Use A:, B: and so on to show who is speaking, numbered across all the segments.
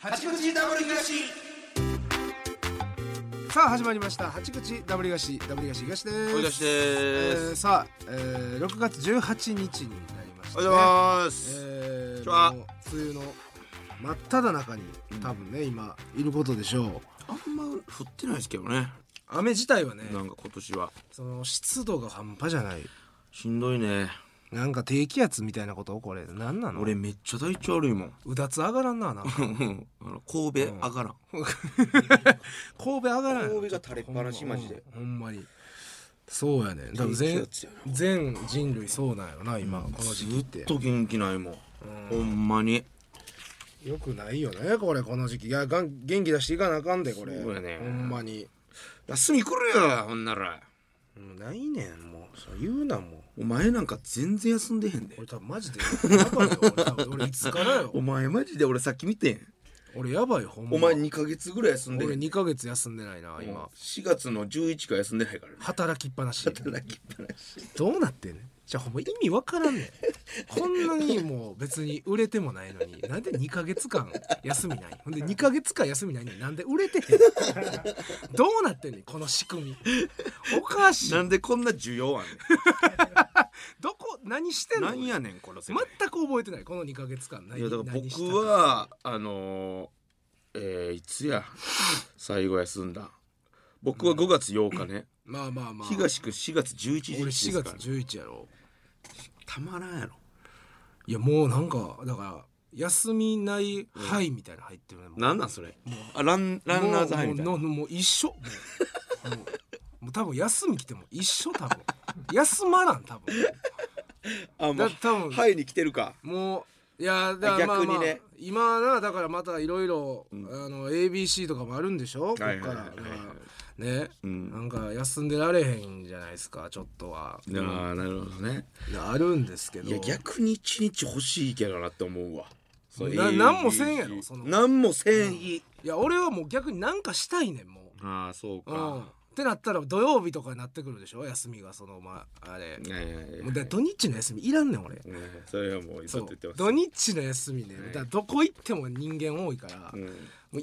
A: 八口ダブル東
B: さあ始まりました八口ダブリガシダブリガシ東で
A: おいだ
B: す
A: しです
B: えーさあ、えー、6月18日になりまし
A: お
B: た、ね、
A: はようございます
B: え
A: こんにちは
B: ー、もう梅雨の真っ只中に多分ね、今いることでしょう
A: あんま降ってないですけどね
B: 雨自体はね
A: なんか今年は
B: その湿度が半端じゃない
A: しんどいね
B: なんか低気圧みたいなことこれ何なの
A: 俺めっちゃ体調悪いもん
B: うだつ上がらんななんか
A: あの神戸上がらん
B: 神戸上がらんやろ
A: 神戸が垂れっぱなしマジで
B: ほんまにそうやね多分全
A: 低気圧やな
B: 全人類そうなんやろな今、この時期っ
A: ず
B: て
A: っと元気ないもんほんまに
B: よくないよねこれこの時期いやがん元気出していかなあかんでこれ
A: そうやね
B: ほんまに、
A: 休み来るよほんなら
B: うんないねんもうそう言うなもう
A: お前なんか全然休んでへんで
B: 俺多分マジでやばいよ俺多分俺いつからよ
A: お前マジで俺さっき見てん
B: 俺やばいよほんま
A: お前2ヶ月ぐらい休んでへ
B: 俺
A: ん
B: 2ヶ月休んでないな今
A: 4月の11が休んでないからね
B: 働きっぱなし
A: 働きっぱなし
B: どうなってんねんじゃあほんま意味わからんねんこんなにもう別に売れてもないのになんで2ヶ月間休みないほんで2ヶ月間休みないのになんで売れてへんどうなってんねんこの仕組みおかしい
A: なんでこんな需要あんねん
B: どこ何してんの
A: なんやねんこの世界
B: 全く覚えてないこの2ヶ月間何
A: いやだから
B: 何した
A: 僕はあのーえーいつや最後休んだ僕は5月8日ね、
B: まあまあまあ
A: 東区4月11日
B: 俺
A: です
B: 4
A: から、
B: 月
A: ね、
B: 11やろ
A: たまらんやろ
B: いやもうなんかだから休みないはいみたいなの入ってるねもう
A: なんなんそれあランランナーズハイみたい
B: も
A: な
B: うもうもう一緒もうもうもう多分休み来ても一緒多分休まらん多分
A: あも
B: だ
A: う
B: 多分
A: ハイに来てるか
B: もういやだからまあ、
A: 逆
B: ま
A: に
B: あ
A: ね
B: 今なだからまたいろいろあの ABC とかもあるんでしょこっから
A: はいはいはいはい
B: だからね、
A: ん
B: なんか休んでられへんじゃないですかちょっとは、
A: ああなるほどね
B: あるんですけど
A: いや逆に1日欲しいけどなって思うわそう
B: な
A: ABG
B: なんもせんやろその
A: なんもせん日、
B: いや俺はもう逆になんかしたいねんも
A: ああそう
B: う、うん、ってなったら土曜日とかになってくるでしょ休みがそのまああれ
A: いやいやいやいや
B: もうだから土日の休みいらんねん俺
A: ねそれはもう
B: そ
A: ずっと
B: う
A: 言ってます
B: 土日の休みねだからどこ行っても人間多いから、
A: う
B: も
A: ん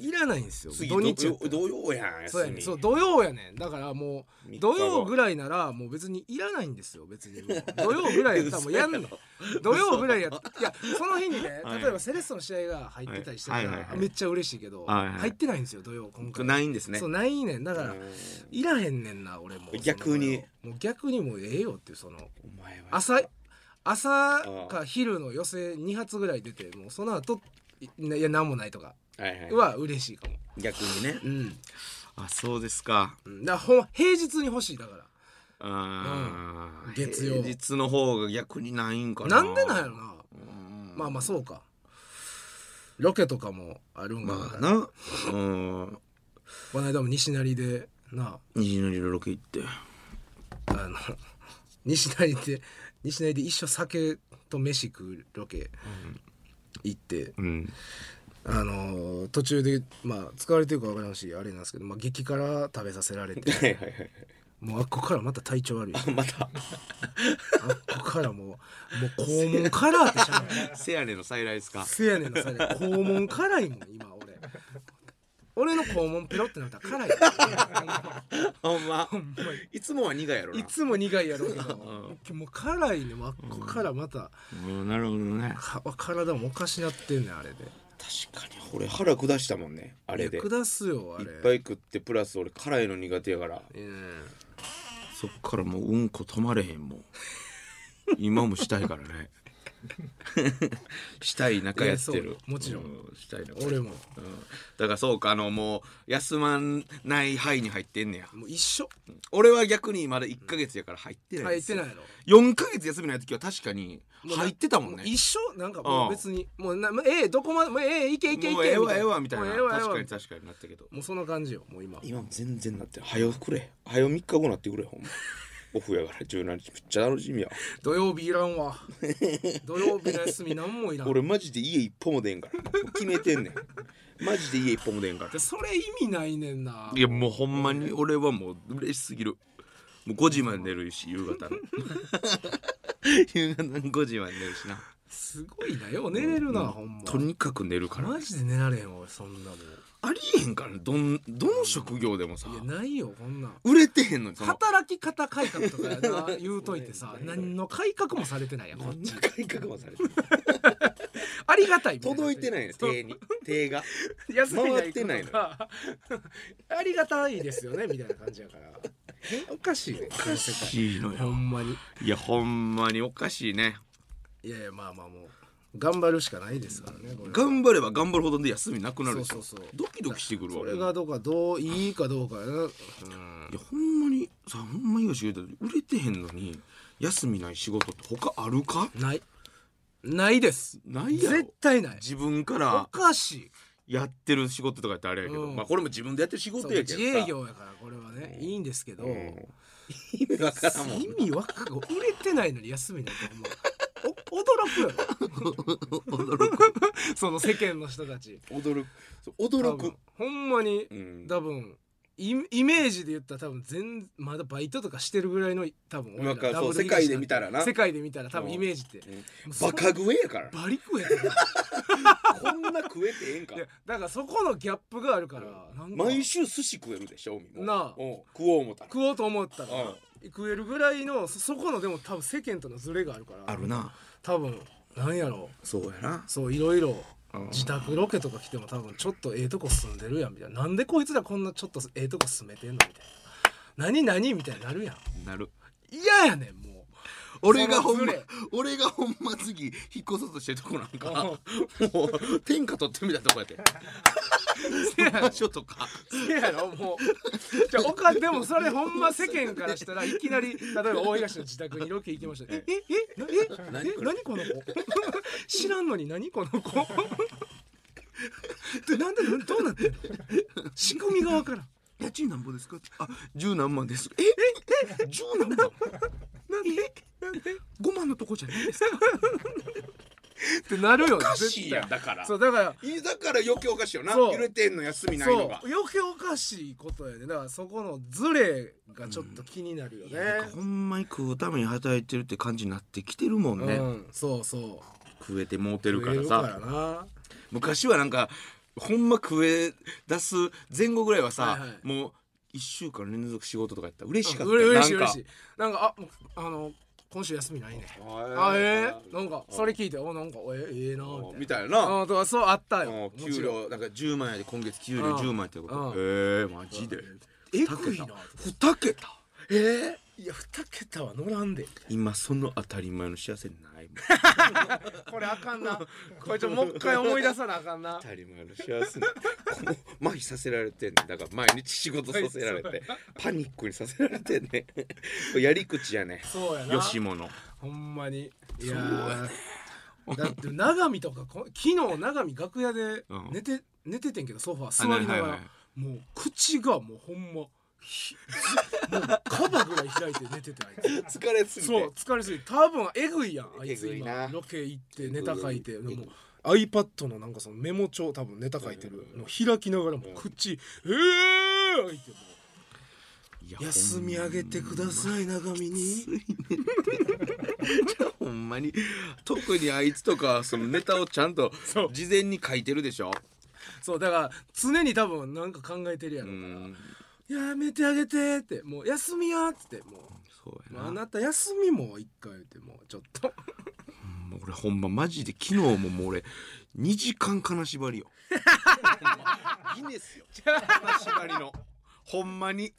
B: ういらないんですよ
A: 次
B: 土日やったら
A: 土曜やん
B: そう
A: 休
B: やね
A: み
B: そう土曜やねんだからも
A: 三
B: う
A: 日後
B: 土曜ぐらいならもう別にいらないんですよ別にもう土曜ぐらいやったらもうやんの
A: 嘘や
B: 土曜ぐらいやったいやその日にね
A: はい
B: 例えばセレッソの試合が入ってたりしてた
A: はいはいはい
B: ら
A: はい
B: めっちゃ嬉しいけど
A: はいはい
B: 入ってないんですよ土曜今
A: これ
B: 回
A: ないんですね
B: そうないねんだから
A: うん
B: いらへんねんな俺も
A: 逆に
B: もう逆にもうええよっていうその
A: お前は
B: 朝朝か昼の寄せ2発ぐらい出てもうその後いいや何もないとか
A: はいはい
B: は嬉しいかも
A: 逆にね
B: うん
A: あそうですか
B: うんだからほん平日に欲しいだから
A: あー
B: 月曜
A: 平日の方が逆にないんか
B: な
A: な
B: んでなんやろな
A: うん
B: まあまあそうかロケとかもあるんかな、
A: まあなうん
B: この間も西成でな
A: 虹の色ロケ行って
B: あの 西成で西成で一緒酒と飯食うロケ行って、
A: うん
B: あの途中でまあ使われてるか分からんしあれなんですけど、まあ、激辛食べさせられて
A: はいはいはい
B: もうあっこからまた体調悪いし
A: また
B: あっこからもうもう肛門カラーってしゃべる
A: せやねの再来ですか
B: せやねんなそれ肛門辛いもん今俺俺の肛門ペロってなったら辛い
A: ほんまいつもは苦いやろ
B: い
A: な
B: つも苦いやろうけど、もう辛いねもうあっこからまた、
A: うんなるほどね
B: か体もおかしなってんねんあれで
A: 確かに俺腹下したもんねあれで
B: 下すよあ
A: い
B: れ
A: っぱい食ってプラス俺辛いの苦手やから
B: うん
A: そっからもううんこ止まれへん もん今もしたいからねしたい仲やって
B: いや
A: る
B: そうもちろん
A: うしたい仲
B: 俺も
A: うん、だからそうかあのもう休まない範囲に入ってんねや
B: もう一緒
A: 俺は逆にまだ1か月やから入ってない
B: 入
A: で
B: っ
A: す
B: て
A: よ
B: ないやろ
A: 4か月休みない時は確かに
B: もうな
A: 入ってたもん
B: う
A: ね
B: 一緒なんかも
A: うん
B: う別にもうなもうええどこまでもうええいけいけいけ
A: もうええわええわみたい
B: も
A: な
B: うええわええ
A: 確
B: わ
A: かに確かになったけど
B: もうそんな感じよもう今
A: 今も全然なってない早くれ早3日後なってくれほ んまオフやから17日めっちゃ楽しみや
B: 土曜日いらんわ土曜日の休みなんもいらん
A: 俺マジで家一歩も出んからもう決めてんねんマジで家一歩も出んから
B: でそれ意味ないねんない
A: やもうほんまに俺はもう嬉しすぎるもう5時まで寝るし夕方の夕方の5時まで寝るしな
B: すごいなよう寝れるな、
A: うん
B: ほんま
A: とにかく寝るから
B: マジで寝られへんわそんなもん
A: ありえへんからねどんどの職業でもさ
B: いやないよこんなん
A: 売れてへんのにその
B: 働き方改革とかやな言うといて さ何の改革もされてないやんこっち
A: 何の改革もされてない
B: ありがたい
A: 届いてないね
B: そう
A: 手に手が
B: 休みが行く
A: 回ってないの
B: とか ありがたいですよねみたいな感じや からおかしいねおか
A: しいの
B: ほんまに
A: いやほんまにおかしいね
B: いやいやまあまあもう頑張るしかないですからねこれは
A: 頑張れば頑張るほどで休みなくなるでしょ
B: そうそうそう
A: ドキドキしてくるわ
B: そ
A: 俺
B: れがどうかどういいかどうかやな、うん、
A: いやほんまにさほんまに言うたよ売れてへんのに休みない仕事って他あるか
B: ないないです
A: ないやろ
B: 絶対ない
A: 自分か
B: お
A: ら
B: かしい
A: やってる仕事とかってあれやけど、
B: うん
A: まあこれも自分でやってる仕
B: そ
A: 事
B: う
A: やけどさ
B: 自営業やからこれはねいいんですけど、
A: うん意味わからんもん
B: 意味わかん売れてないのに休みなんてほんまお驚くやろ
A: 驚く
B: その世間の人たち
A: 驚くそう
B: 多
A: 驚
B: 分
A: く、
B: ほんまに
A: うん、
B: 多分イイメージで言ったら多分全まだバイトとかしてるぐらいの多分
A: なんか
B: ダ
A: そ
B: ブ
A: う
B: ル
A: 世
B: 東
A: 界で見たらな
B: 世界で見たら多分
A: うん
B: イメージって
A: うん
B: もうそ
A: バカ食えやから
B: バリ食えてる
A: こんな食えてええんか
B: いやだからそこのギャップがあるからなんか
A: 毎週寿司食えるでしょみも
B: なあ
A: うん食おう思ったら
B: 食おうと思ったら
A: うん
B: 食えるぐらいのそそこのでも多分世間とのズレがあるから
A: な
B: 多分なんやろう
A: そうやな
B: そういろいろ
A: うん
B: 自宅ロケとか来ても多分ちょっとええとこ住んでるやんみたいななんでこいつらこんなちょっとええとこ住めてんのみたいな何何みたいになるやん
A: なる
B: 嫌やねんもう
A: 俺がほん
B: その
A: ま
B: ズレ
A: 俺がほんま次引っ越そうとしてるとこなんかもう天下取ってみたいなとこやって
B: せやろ
A: 場所とか
B: せやろもうじゃあおかでもそれほんま世間からしたらいきなり例えば大東の自宅にロケ行きましたえええなええ何この子知らんのに何この子 でなんでどうなってんの仕組みがわからん
A: 家賃なんぼですかあ十何万ですええ十何万
B: なんでなんで
A: 五万のとこじゃないです
B: ってなるよ
A: お
B: ね
A: かしいやん
B: 絶対
A: だから
B: そうだから
A: いだから余計おかしいよな
B: そう
A: 揺れてんの休みない
B: そう
A: のが
B: 余計おかしいことやねだからそこのズレがちょっと気になるよ
A: いやなん
B: ね
A: か、ほんまに食うために働いてるって感じになってきてるも
B: うんん
A: ね、
B: そうそう
A: 食えてもうてる
B: 食
A: か
B: え
A: ら
B: る
A: さ
B: からな
A: 昔はなんかほんま食え出す前後ぐらいはさ、
B: はいはい
A: もう1週間連続仕事とかやったら嬉しかった
B: うれ嬉しい
A: なんか
B: 嬉しいなんかあもうあの今週休みないね
A: あ
B: あえ
A: ー
B: ー、なんかそれ聞いておなんかえええな
A: あー
B: み
A: み
B: たい
A: たい
B: な
A: な
B: あとかそうあったよ
A: うん
B: もち
A: 給
B: ろん
A: 料なんか10万やで今月給料
B: うん
A: 10万やってこと
B: うん
A: えー、マジで
B: え
A: 二
B: ぐい
A: 桁
B: な
A: 2桁
B: えー、いや二桁は乗らんで
A: 今その当たり前の幸せないもん
B: これあかんな これちょもう一回思い出さなあかんな
A: 当たり前の幸せないこの麻痺させられてんねんだから毎日仕事させられてパニックにさせられてんねんこれやり口やね
B: そうやな
A: よしもの
B: ほんまにい
A: そう
B: や
A: や
B: ーだって永見とかこ昨日永見楽屋で
A: うん
B: 寝て、寝ててんけどソファー座りながら、
A: はいはいはい
B: もう口がもうほんまひずもうカバぐらい開いて寝ててあい
A: 疲れ
B: つ
A: す ぎ
B: そう
A: て
B: 疲れすぎて多分えぐいやんあいつ
A: えぐい
B: 今
A: な
B: ロケ行ってネタ書いてで
A: えぐい
B: も iPad のなんかそのメモ帳多分ネタ書いてるの開きながらも口ええー開いても
A: いや
B: う休み上げてください永見に
A: ほんまに特にあいつとかそのネタをちゃんと
B: そう
A: 事前に書いてるでしょ
B: そうだから常に多分なんか考えてるや
A: う
B: ろから
A: ん
B: やめてあげてってもう休みやっつっても
A: そう
B: う
A: や
B: もうあ
A: な
B: なた休みも一回言ってもうちょっ と
A: もう俺ほんまマジで昨日ももう俺2時間金縛 りよギネスよ金縛りのほんま に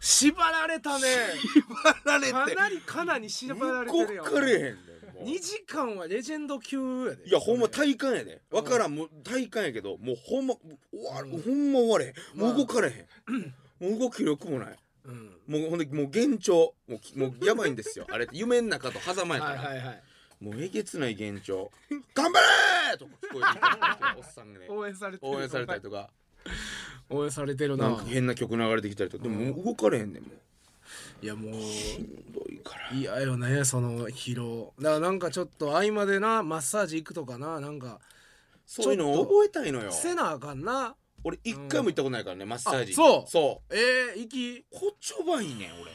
B: 縛られたね
A: 縛られて
B: かなりかなり縛られてるやん
A: 動かれへんねんもう
B: 2時間はレジェンド級やで
A: いやほんま体感やでわからんもう体感やけどもうほんま終わるほんま終われへんもう動かれへんもう動き力もない
B: うん
A: もうほんでもう幻聴もうきもうやばいんですよあれって夢の中と狭間やか
B: はい
A: ら、
B: はいはい
A: もうえげつない幻 聴頑張れーとか聞こえてきたりと かおっさんがね
B: 応援されてる
A: 応援されたりとか
B: 応援されてる
A: な
B: なん
A: か変な曲流れてきたりとかでももう動かれへんねんもう
B: いやもう
A: しんどいから
B: 嫌よねその疲労だからなんかちょっと合間でなマッサージ行くとかななんか
A: そういうの覚えたいのよ
B: せなあかんな
A: 俺一回も行ったことないからねマッサージ
B: あそう
A: そう
B: えー、行き
A: こっちょばいねん俺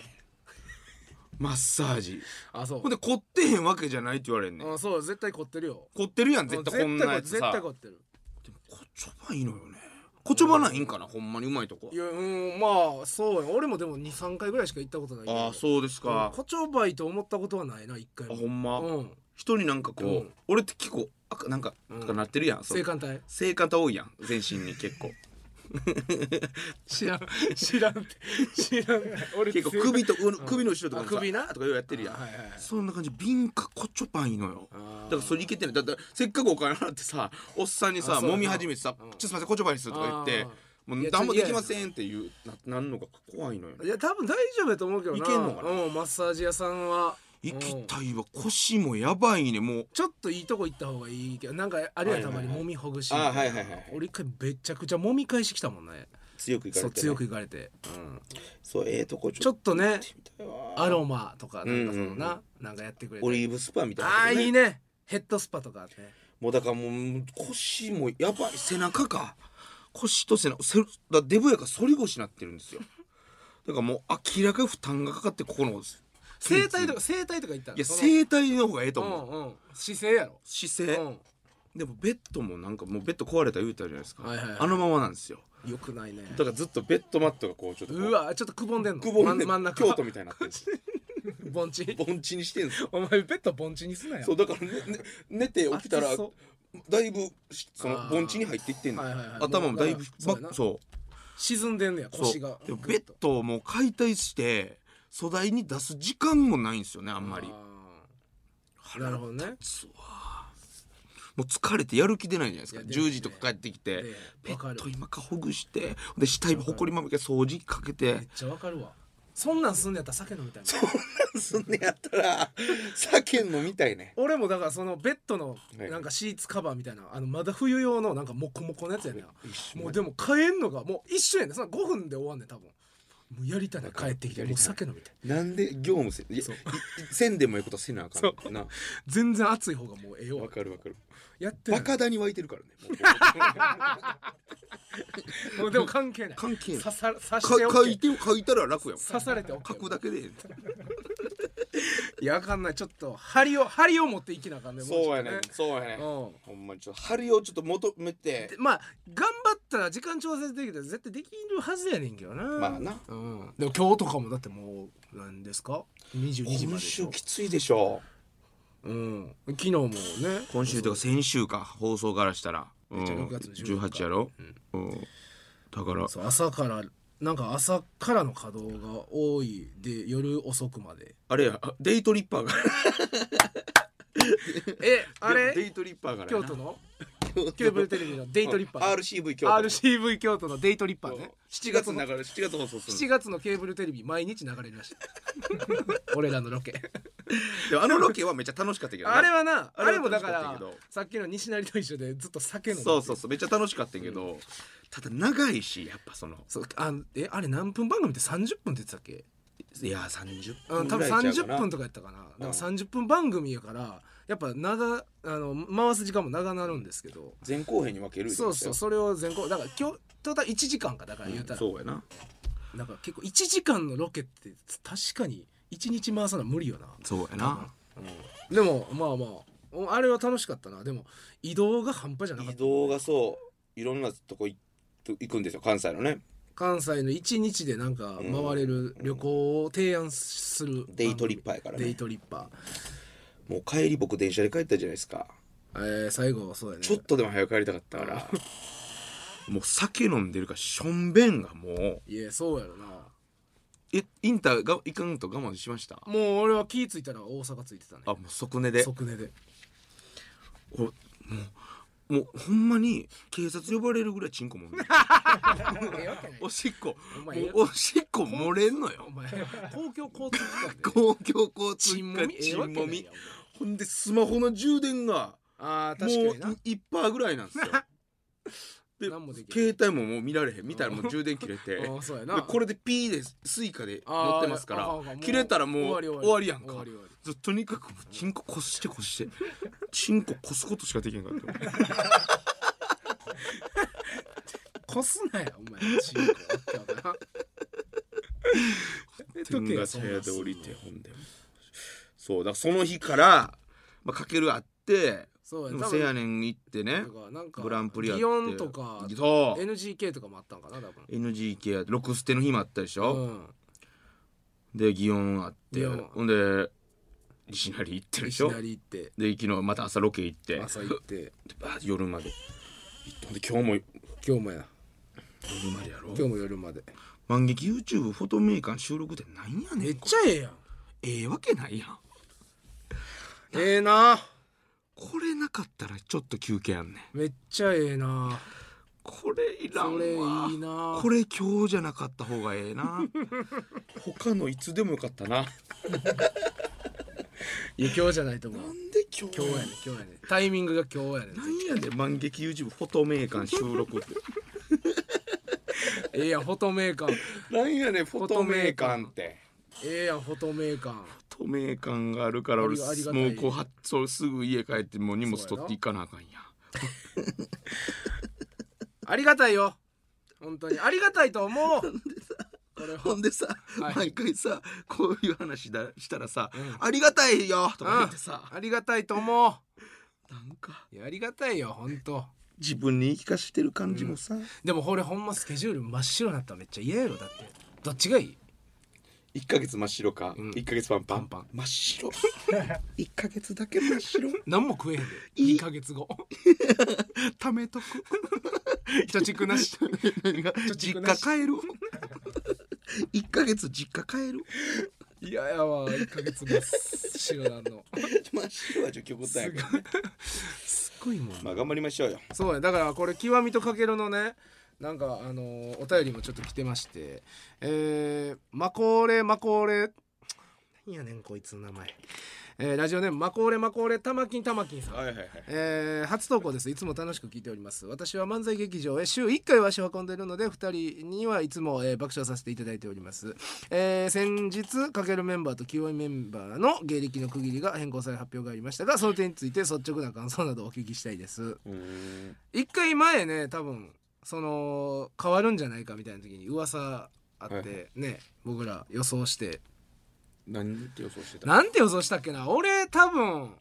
A: マッサージ
B: あそう
A: ほんで凝ってへんわけじゃないって言われんねん
B: うんそう絶対凝ってるよ
A: 凝ってるやん絶対こんなやつ
B: 絶対
A: さ
B: 凝ってる
A: でもこちょばいいのよねこちょばないんかなほんまにうまいとこ
B: いやうんまあそうよ俺もでも23回ぐらいしか行ったことないけど
A: ああそうですか
B: ん誇張ばいと思ったことはないな一回
A: あ
B: も
A: ほんま、
B: うん
A: 人になんかこう、
B: うん
A: 俺って結構あかなんか、
B: うん
A: とかなってるやんそう
B: 性感帯
A: 性感多いやん全身に 結構
B: 知らん知らん知らん俺
A: 結構首と
B: ん
A: 首の後ろとかもさ
B: あ首な
A: とかようやってるやん、
B: はいはいはい
A: そんな感じ瓶かこちょばいいのよ
B: あー
A: だからそれいけてないだってせっかくお金払ってさおっさんに
B: あ
A: さ
B: そうやな
A: 揉み始めてさ「ち
B: う
A: ょ
B: ん
A: っとすいませんこちょばいにする」とか言って「も
B: いうや
A: 何も
B: ちょっ
A: で
B: と
A: きません」っていうななんのが怖いのよ
B: いや多分大丈夫やと思うけどない
A: けんのかな
B: うんマッサージ屋さんは
A: 行き
B: うん
A: たいわ腰もやばいねもう
B: ちょっといいとこ行った方がいいけどなんかあれやたまに
A: はいはいはい
B: 揉みほぐし
A: あはいはいはい
B: 俺一回めちゃくちゃ揉み返してきたもんね
A: 強くい
B: そう強くいかれて
A: そうええとこ
B: ちょっとねアロ
A: マ
B: マとかなんかその
A: うん
B: ななんかやってくれ
A: オ
B: て
A: リーブスパみたいな
B: ああ
A: ね
B: いいねヘッドスパとかね
A: もうだからもう腰もやばい背中か腰と背中せだデブやから反り腰になってるんですよだからもう明らかに負担がかかってここの
B: 整体とか整体とか行ったら
A: いや
B: その
A: 整体の方がええと
B: う
A: 思う、
B: んうん姿勢やろ
A: 姿勢、
B: う
A: でもベッドもなんかもうベッド壊れた言うたじゃないですか、
B: はいはいはい
A: あのままなんですよ
B: んよくないね
A: だからずっとベッドマットがこうちょっとこ
B: うわちょっとくぼんでんの
A: くぼんで
B: 真真ん中
A: 京都みたいになってるんですよ
B: 盆地
A: 盆地にしてんすよ
B: お前ペット盆地にすなよ
A: そうだから、ねね寝て起きたら
B: 暑そう
A: だいぶしその
B: あー
A: 盆地に入っていってんの、
B: はいはいはい
A: 頭もだいぶ
B: そうや
A: ば
B: な
A: そう
B: 沈んでんねや
A: そう
B: 腰が
A: でもベッドをもう解体して素材に出す時間もないんですよねあ
B: あ
A: んまり
B: ーなるほどね
A: つわもう疲れてやる気出ないじゃないですか
B: いや出ない
A: 10時とか帰ってきて、
B: で
A: ペ
B: わか
A: ッ
B: る
A: ト今かほぐしてで下今ほこりまみれ掃除機かけて
B: めっちゃわかるわそんなんすんねやったら酒飲みたいな
A: そんなやったら酒飲みたいね
B: 俺もだからそのベッドの
A: はい
B: なんかシーツカバーみたいなあのまだ冬用のなんかモコモコのやつやねんも
A: も
B: う
A: う
B: でも帰んのがもう一緒やねんその5分で終わんねん多分もうやりたいな帰ってきて
A: やりたい
B: もう酒飲みたい
A: なんで業務せいや
B: そう
A: いせんでもいいことせなあかんな
B: 全然暑い方がもうええわ
A: わかるわかる
B: やって
A: バ
B: る
A: カだに湧いてるからねもう
B: もうでも関係ない
A: 関係ない
B: 刺さ刺し
A: か
B: て
A: 書い
B: OK
A: て書いたら楽やもん
B: 刺されて OK
A: 書くだけでええねん
B: いやあかんないちょっと針を針を持っていきなあかんねも
A: そう
B: ちょ
A: や
B: っと
A: ねんそうやねん
B: うん
A: ほんまにちょっと針をちょっと求めて
B: でまあ頑張ったら時間調整できたら絶対できるはずやねんけどな
A: まあな
B: うん、でも今日とかもだってもう何ですか22時まで
A: 今
B: でし
A: 週
B: ょ
A: きついでしょ
B: うん、昨日もね
A: 今週とか先週か放送からしたら、うん、
B: めっちゃ6月の18
A: 18やろ、うんだから
B: そう朝からなんか朝からの稼働が多いで夜遅くまで
A: あれやあデイトリッパーが
B: えあ
A: デ
B: れ
A: イトリッパーから
B: 京都のケーブルテレビのデイトリッパー、
A: RCV 京都
B: RCV 京都のデイトリッパーね
A: 7月だから7月放送す
B: 7
A: る
B: 月のケーブルテレビ毎日流れるら しい俺らのロケ
A: でもあのロケはめっちゃ楽しかったけどな
B: あれはな
A: あ
B: あ
A: れは
B: れもだから
A: 楽しかったけど
B: さっきの西成と一緒でずっと酒飲んで
A: そうそうそうめっちゃ楽しかったけど、ただ長いしやっぱその
B: そうあのえあれ何分番組って30分って言ってたっけ
A: いや30
B: うん
A: 分
B: 多
A: ぐ
B: 分
A: らいちゃうかな
B: 30分とかやったかなだから30分番組やからやっぱ長あの回す時間も長なるんですけど
A: 前後編に分ける言って
B: そ
A: ま
B: う
A: した
B: そう
A: よ
B: それを全国だから今日トータル1時間かだから言うたら、
A: そうやな
B: だから結構1時間のロケって確かに1日回さな無理よな
A: そうやな
B: でもまあまあおあれは楽しかったなでも移動が半端じゃなかっ
A: 移
B: た
A: 動がそういろんなとこ行行くんですよ関西のね
B: 関西の1日でなんか回れる旅行を提案する番組
A: デイトリッパーやからね
B: デイトリッパ
A: もう帰り僕電車で帰ったじゃないですか
B: ー、えー、最後はそうやね
A: ちょっとでも早く帰りたかったからもう酒飲んでるからしょんべんがもう
B: いやそうやろな
A: えインターがいかんと我慢しましたあ
B: もう俺は気ぃついたら大阪ついてたね
A: もう即寝で
B: 即寝で
A: おもうもうほんまに警察呼ばれるぐらいチンコ もんでるおしっこ
B: お
A: も
B: 前
A: うおしっこ漏れんのよ
B: お前公共交通機関で
A: 公共交通
B: ち
A: 機
B: んも
A: 関
B: みええ
A: チ
B: わ
A: ン
B: け
A: も
B: ない
A: み
B: やん
A: ほんでスマホの充電が
B: あー
A: もう
B: 確かに
A: 1パーぐらいな んですよで
B: 何もできない
A: 携帯ももう見られへん見たらもう充電切れて
B: なあーそうやな
A: でこれでピーでスイカで
B: あー
A: 乗ってますか
B: あ
A: ら
B: かんあかんもう
A: 切れたらもう
B: 終わり
A: 終わりやん
B: 終
A: か
B: わり終わり
A: ずっととにかくチンコこすしてこすしてチンコこすことしかできへんかった
B: こすなよお前チンコわけわからんとけ
A: 自分
B: や
A: が
B: そ
A: 茶
B: んなん
A: 屋で降りてほんでそうだからその日から、まあ、かけるあって
B: そう
A: で
B: や
A: も
B: 多
A: せ
B: 分
A: やねん行ってね
B: だからなんか
A: グランプリやって
B: 祇園とか
A: そう
B: NGK とかもあったんかな多分
A: NGK やってロクステの日もあったでし
B: う
A: ょ、
B: ん
A: で祇園あって
B: 祇園
A: ほんで西成行ってるでしょ
B: 西成行って
A: で昨日また朝ロケ行って
B: 朝行っ て
A: バーッ夜まで行ってほんで今日も夜
B: 今日もや
A: までやろ
B: 今日も夜まで
A: 万劇 YouTube フォトメーカーの収録ってなんやねん
B: めっちゃええやん
A: ええわけないやん
B: ええな
A: これなかったらちょっと休憩やんねん
B: めっちゃええな
A: これいらん
B: それい
A: わ
B: いな
A: これ今日じゃなかった方がええな 他のいつでもよかったなない
B: や今日じゃないと思うん
A: で今日
B: 今日やね今日やねタイミングが今日やね
A: なんやねん万劇 YouTube フォトメーカーの収録って
B: ええやんフォトメーカー
A: なんやねんフォトメーカーって
B: ええやんフォトメーカー
A: フォトメーカーがあるから俺
B: ありがありがたい
A: もうこうはそうすぐ家帰ってもう荷物取っていかなあかんや
B: ありがたいよ本当にありがたいと思うこれ
A: ほんでさ、
B: はい
A: 毎回さこういう話だしたらさ、
B: うん
A: ありがたいよとか言ってさ、
B: ありがたいと思う
A: なんか
B: いやありがたいよ本当
A: 自分に言い聞かしてる感じもさ、
B: でもこれほんまスケジュール真っ白になったらめっちゃ嫌やろだってどっちがいい
A: 一1か月真っ白か、
B: うん
A: 一1か月パン
B: パ
A: パン
B: ンパン
A: 真っ白 1か月だけ真っ白
B: 何も食えへんで
A: いい
B: 2ヶ月後
A: 貯めとく
B: 貯蓄なし
A: 何が
B: 貯
A: 実
B: 蓄
A: 家
B: なし
A: 帰る 1か月実家帰る
B: いややわ1ヶ月後白なんの
A: 真っ白は結局答えやからね
B: すっごいもん
A: まあ頑張りましょうよ
B: そうやだからこれ極みとかけるのねなんかあのーお便りもちょっと来てましてえー、マコーレマコーレ何やねんこいつの名前えー、ラジオネームマコーレマコーレタマキンタマキンさん
A: はいはいはい
B: えー初投稿ですいつも楽しく聞いております私は漫才劇場へ週1回は足を運んでいるので2人にはいつも、えー爆笑させていただいております、えー先日かけるメンバーと QI メンバーの芸歴の区切りが変更され発表がありましたがその点について率直な感想などお聞きしたいです
A: うーん
B: 1回前ね多分その変わるんじゃないかみたいな時に噂あって、
A: はいは
B: ね僕ら予想して
A: 何って予想してた
B: なんて予想したっけな俺多分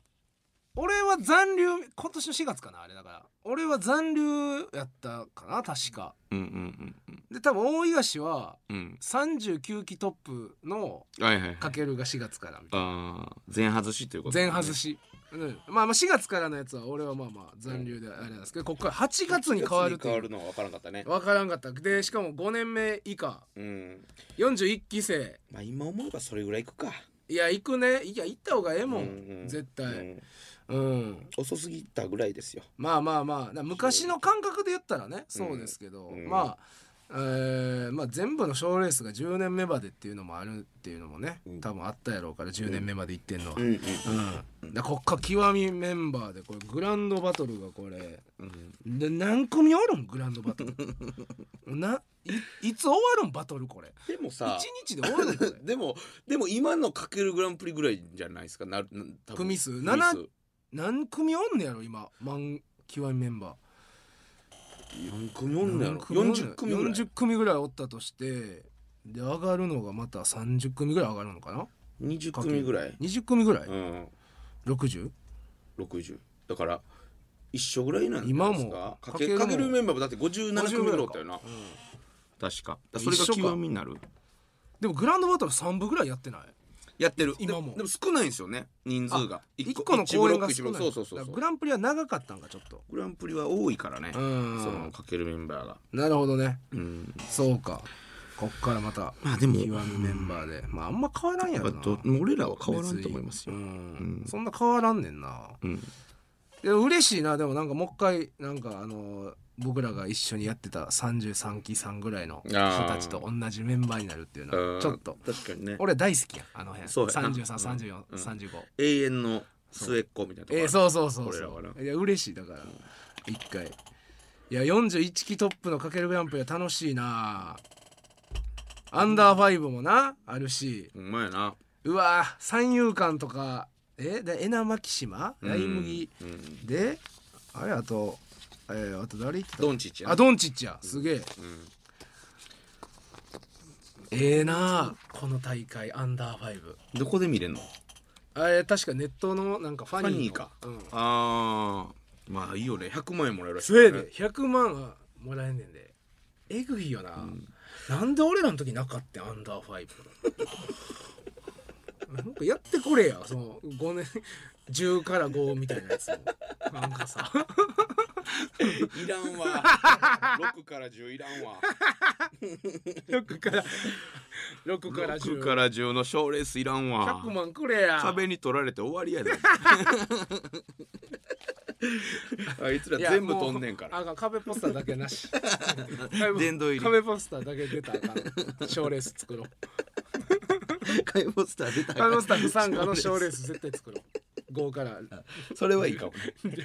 B: 俺は残留今年の4月かなあれだから俺は残留やったかな確か
A: うんうんうん
B: で多分大東は
A: うん
B: 39期トップの
A: うんはいはいはい
B: かけるが4月からみたい
A: ああ全外しというこ
B: な
A: とね
B: 全外し、うん、まあまあ4月からのやつは俺はまあまあ残留であれなんですけどここから8月に変わるって
A: 変
B: い
A: わ
B: う
A: るのは分からんかったね
B: 分からんかったでしかも5年目以下
A: うん
B: 41期生
A: まあ今思えばそれぐらいいくか
B: いや行くねいや行った方がええもん、
A: うんうん
B: 絶対
A: うん
B: うん
A: 遅すぎたぐらいですよ
B: まあまあまあな昔の感覚で言ったらねそうですけど、
A: うん
B: まあ、えーまあ、全部の賞レースが10年目までっていうのもあるっていうのもね、
A: うん
B: 多分あったやろうから10年目まで行ってんのは、うん
A: ん
B: だから国家極みメンバーでこれグランドバトルがこれ
A: うん
B: で何組おるんグランドバトル ないいつ終わるんバトルこれ
A: でもさ
B: 1日で終わるんこれ
A: でもでも今のかけるグランプリぐらいじゃないですかなな多分
B: 組数
A: 組
B: 七何組おんねやろ今満極みメンバー
A: 何組おんのやろ
B: 何組おんね
A: 40組ぐら
B: 40組ぐら
A: い
B: いおったとしてで上がるのがまた30組ぐらい上がるのかな
A: 20組ぐらい
B: 20組ぐらい、
A: うん
B: 60
A: 60だから一緒ぐらいなんじゃな
B: 今
A: いです
B: も
A: かか
B: かける
A: け
B: も
A: かけるメンバーもだって57組ぐらいだったよな
B: 50ぐらいか
A: 確か
B: それが極
A: になる
B: うんでもグランドバトル3部ぐらいやってない
A: やってる
B: 今も
A: ででも少ないんですよね人数が
B: 1個の公演が少
A: 一ブロック一ブロッ
B: ない
A: クそうそうそう
B: だか
A: そ
B: ら
A: う
B: グランプリは長かったんかちょっと
A: グランプリは多いからね
B: う
A: そ
B: ん
A: のかけるメンバーが
B: なるほどね
A: うん
B: そうかこっからまた
A: まあでも
B: 極みメンバーでまああんま変わらんやろな
A: 俺らは変わら
B: 別
A: ん
B: に
A: と思いますよ
B: う
A: うんん
B: そんな変わらんねんな
A: うん
B: いや嬉しいなでもなんかもう一回なんかあのー僕らが一緒にやってた33期さんぐらいの人
A: あー
B: たちと同じメンバーになるっていうのはちょっと
A: 確かにね
B: 俺大好きやんあの辺
A: そうやな
B: 333435、
A: うん
B: 35
A: 永遠の末っ子みたいなとこ
B: えー、
A: う
B: そうそうそうそ
A: 俺らは
B: う
A: ない
B: や嬉しいだから一回いや41期トップのかけるグランプリは楽しいなアンダーファイブもなあるし
A: ほんまやな
B: うわー三遊間とかえでエナマキシマライ麦
A: うんうん
B: であれあと、えー、あと誰行ってた
A: ドンチッチやな
B: あドンチッチやすげえ
A: うん
B: ええなあこの大会アンダーファイブ
A: どこで見れんの
B: あれ確かネットのなんかファニーの
A: ファニーか
B: うん、
A: ああまあいいよね100万円もらえるらしい
B: スウェーデン100万はもらえんねんでえぐいよな、なんで俺らの時なかったんアンダーファイブ なんかやってこれやその5年10から5みたいなやつをなんかさ
A: いらんわ6から10いらんわ
B: 6から6から
A: 6
B: 10
A: から10の賞レースいらんわ
B: 100万くれや
A: 壁に取られて終わりやであいつら
B: いや
A: 全部飛んねんか
B: もう
A: ら
B: あかん壁ポスターだけなし壁
A: 殿堂入り
B: 壁ポスターだけ出たらあかん賞レース作ろう
A: カイボスター出た
B: 壁ポスター不参加の賞レース絶対作ろう5から
A: それはいいかも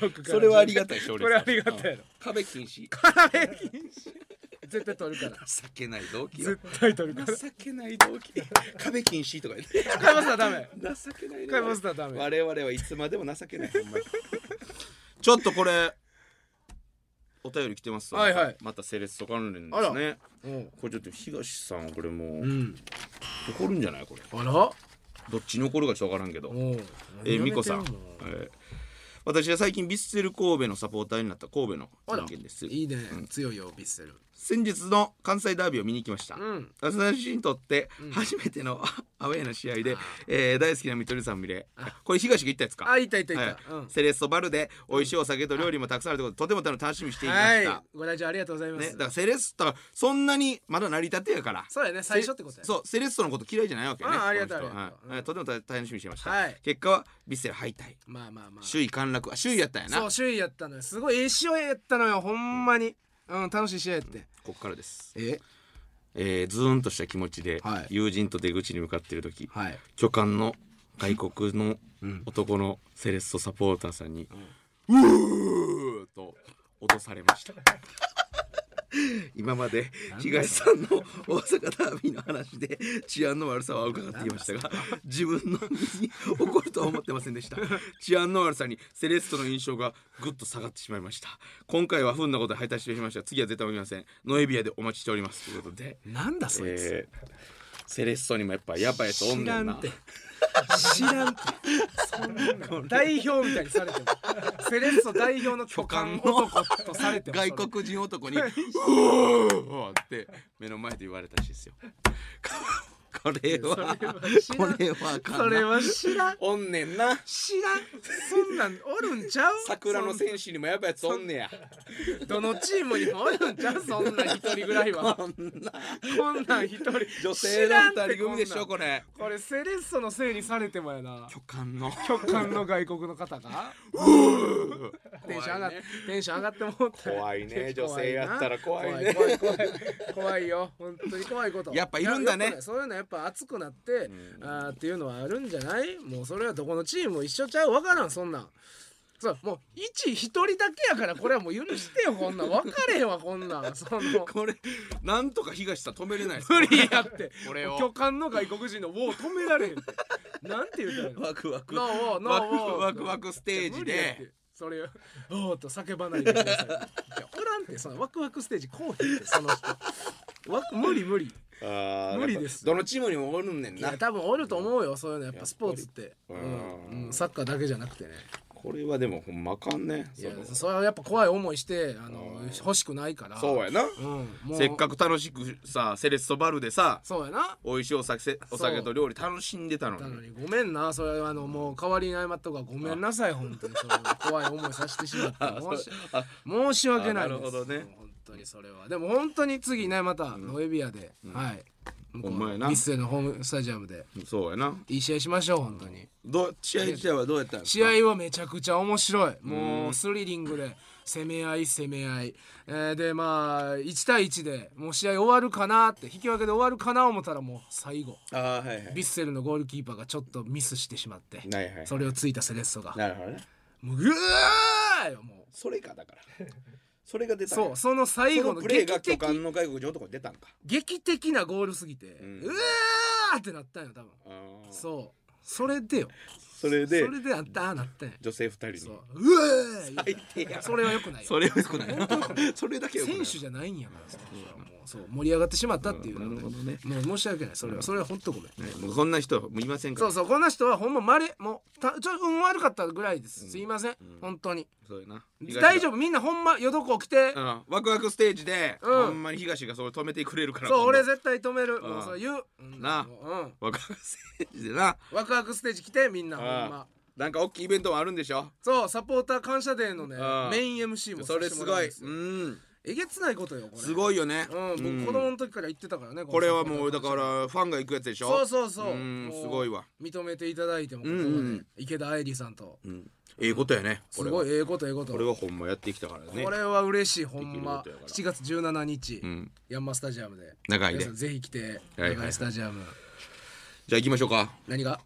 B: よく
A: それはありがたい賞レ
B: こ
A: ース
B: れありがたいやろ
A: 壁禁止
B: 絶対取る から
A: 情けない動機
B: 絶対取るから
A: 情けない動機 壁禁止とか言って
B: 買いますはダメ
A: 情けないね
B: 買いますはダメ
A: 我々はいつまでも情け ないほんまにちょっとこれお便り来てますわ
B: はいはい
A: またセレッソ関連ですね
B: うん
A: これちょっと東さんこれ
B: う
A: もうん怒るんじゃないこれ
B: あら
A: どっちに怒るかちょっと分からんけど
B: おう
A: えー、美子さ
B: や
A: ん
B: めてよ、
A: えー私は最近ビッセル神戸のサポーターになった神戸の
B: あら
A: 人間です
B: いいね
A: うん
B: 強いよビッセル
A: 先日の関西ダービーを見に行きました、
B: うん
A: 私にとって
B: うん
A: 初めてのアウェーの試合で、
B: あー
A: えー大好きな見取りさん見れ
B: あ
A: これ東が言ったやつか
B: あいたいたい
A: はい
B: たうん
A: セレッソバルで美味しいお酒と料理もたくさんあるということでとても楽しみにしていま
B: は
A: した、
B: いご来場ありがとうございま
A: ね、
B: す
A: だからセレッソだからそんなにまだ成り立てやから
B: そうやね最初ってことやね
A: そうセレッソのこと嫌いじゃないわけよね
B: うんありがとう
A: この人
B: ありがとう
A: はい
B: うん
A: とても大楽しみにしていました、
B: はい
A: 結果はビッセル敗退
B: まあまあまあ
A: 首位陥落あ首位やったんやな
B: そう首位やったのよすごいええ試合やったのよほんまにうん楽しい試合やって
A: ここからです、
B: え
A: えー、ズーンとした気持ちで、
B: はい
A: 友人と出口に向かっている時
B: はい
A: 巨漢の外国の
B: うん
A: 男のセレッソサポーターさんに「うー!」と落とされました 今まで東さんの大阪ダービーの話で治安の悪さは伺っていましたが自分の身に起こるとは思ってませんでした治安の悪さにセレッソの印象がぐっと下がってしまいました今回は不運なことで敗退してしまいました次は絶対見ませんノエビアでお待ちしておりますということで、
B: なんだそいつ
A: えーセレッソにもやっぱやばいやつおんねんな
B: 知らんってそん なん代表みたいにされてもセレッソ代表の巨漢男とされても
A: 外国人男に「うおー!」って目の前で言われたらしいですよ。 これは
B: そ
A: こ
B: れは知らん
A: れはあかんな
B: それは知らん
A: おんねんな
B: 知らんそんなんおるんちゃう
A: 桜の戦士にもやばいやつおんねや。
B: そんどのチームにもおるんちゃうそんなん一人ぐらいは
A: こんな
B: こんなん一人
A: 女性
B: 知
A: の
B: らんって
A: 二人組でしょ
B: こん
A: これ。
B: なんこれセレッソのせいにされてもやな
A: 巨漢の。
B: 巨漢の外国の方がテンション上がっ、テンション上がってもうて
A: 怖い ね女性やったら怖いね
B: 怖い怖い怖い怖いよ本当に怖いこと
A: やっぱいるんだね
B: ややっぱそういうのやっぱ熱くなって、あーっていうのはあるんじゃないもうそれはどこのチームも一緒ちゃうわからんそんなんそうもう一一人だけやからこれはもう許してよこんなん分かれへんわこんなんその
A: これなんとか東さん止めれないですか
B: 無理やって
A: これを
B: 巨漢の外国人の「ウ ォー」止められへんってなんて言うたらいいの
A: ワクワク
B: ノーウォーノ
A: ワ
B: ーウ
A: ク
B: ォー
A: ワクワクステージ
B: 無理やっ
A: で
B: てそれを「おー」と叫ばないでくださいいやおらんってそのワクワクステージこうへんってその人わ無理無理無
A: 無
B: 理です
A: どのチームにもおるんねん
B: い
A: な
B: や多分おると思うよそういうのやっぱスポーツって
A: やっぱり
B: うん
A: うん
B: うんサッカーだけじゃなくてね
A: これはでもほんまあかんね
B: いや
A: その
B: それはやっぱ怖い思いしてあの欲しくないから
A: そうやな
B: うんもう
A: せっかく楽しくさセレッソバルでさ
B: そうやな
A: 美味しいお酒お酒と料理楽しんでたの
B: なの
A: に
B: にごめんなそれはあのもう代わりに謝っとくからごめんなさい本当にその怖い思いさせてしまって申し
A: あ
B: 申し訳ないです
A: あなるほどね
B: もう本当にそれはでも本当に次ねまたノエビアで、はい向こう
A: ほんまやな
B: ミッセルのホームスタジアムで
A: そうやない
B: い試合しましょう本当に
A: どう試合自体はどうやったんです
B: 試
A: か
B: 合はめちゃくちゃ面白いもうスリリングで攻め合い攻め合い、えーでまあ1対1でもう試合終わるかなって引き分けで終わるかな思ったらもう最後
A: ああはいはい
B: ヴィッセルのゴールキーパーがちょっとミスしてしまって
A: ないはい
B: それをついたセレッソが
A: なるほどね
B: もううわーよもう
A: それかだ からそれが出たんや
B: そうその最
A: こ
B: 後
A: の
B: の
A: プレー
B: 劇
A: が巨
B: 的
A: 漢の外国人男に出たんか
B: 劇的なゴールすぎて、うんわーってなったんよ多分
A: あー
B: そうそれでよ
A: それ
B: そ
A: で
B: れであったーなったんや
A: 女性二人
B: そう
A: に
B: うわー言う
A: 最低や
B: それはよくないよ
A: それはよくないそれだけよくな
B: 選
A: い
B: 手じゃないんやからそれはもうそう盛り上がってしまったっていう
A: うんなるほどね
B: もう申し訳ないそれはそれは本当ごめん
A: もうこんな人もいませんか
B: そ
A: ら
B: うそうこんな人はほんままれもうたちょっと運悪かったぐらいですすいません
A: ん
B: 本当に
A: そうやな
B: 大丈夫みんなほんまよどこ来て
A: うんワクワクステージで、
B: うん
A: ほんまに東がそれ止めてくれるから
B: そう俺
A: 今度
B: 絶対止める
A: ん
B: もうそれ言ううん
A: なあ
B: もううん
A: ワクワクステージでな
B: ワクワクステージ来てみんなほんま
A: なんか大きいイベントもあるんでしょ
B: そうサポーター感謝デーのね
A: うん
B: メイン MC もさ
A: そ
B: せ
A: れ
B: て
A: す
B: もらう
A: ご
B: ん
A: い
B: でよ
A: うん
B: えげつないことよこれ
A: すごいよね、
B: うん
A: う
B: 僕
A: ん
B: 子供の時から言ってたからね
A: これはもうだからファンが行くやつでしょ
B: そうそうそう
A: うん
B: もう
A: すごいわ
B: 認めていただいてもここ
A: う
B: ま
A: んうんう
B: で
A: ん
B: 池田愛理さんと
A: うんええことやね
B: すご
A: い
B: いええことええこと
A: これはほんまやってきたからね
B: これは嬉しいほんま
A: できることやから
B: 7月17日、
A: うん
B: ヤンマスタジアムで
A: 長い
B: 皆
A: で
B: さんぜひ来て
A: はいはい
B: 長いスタジアム、
A: じゃあ行きましょうか
B: 何が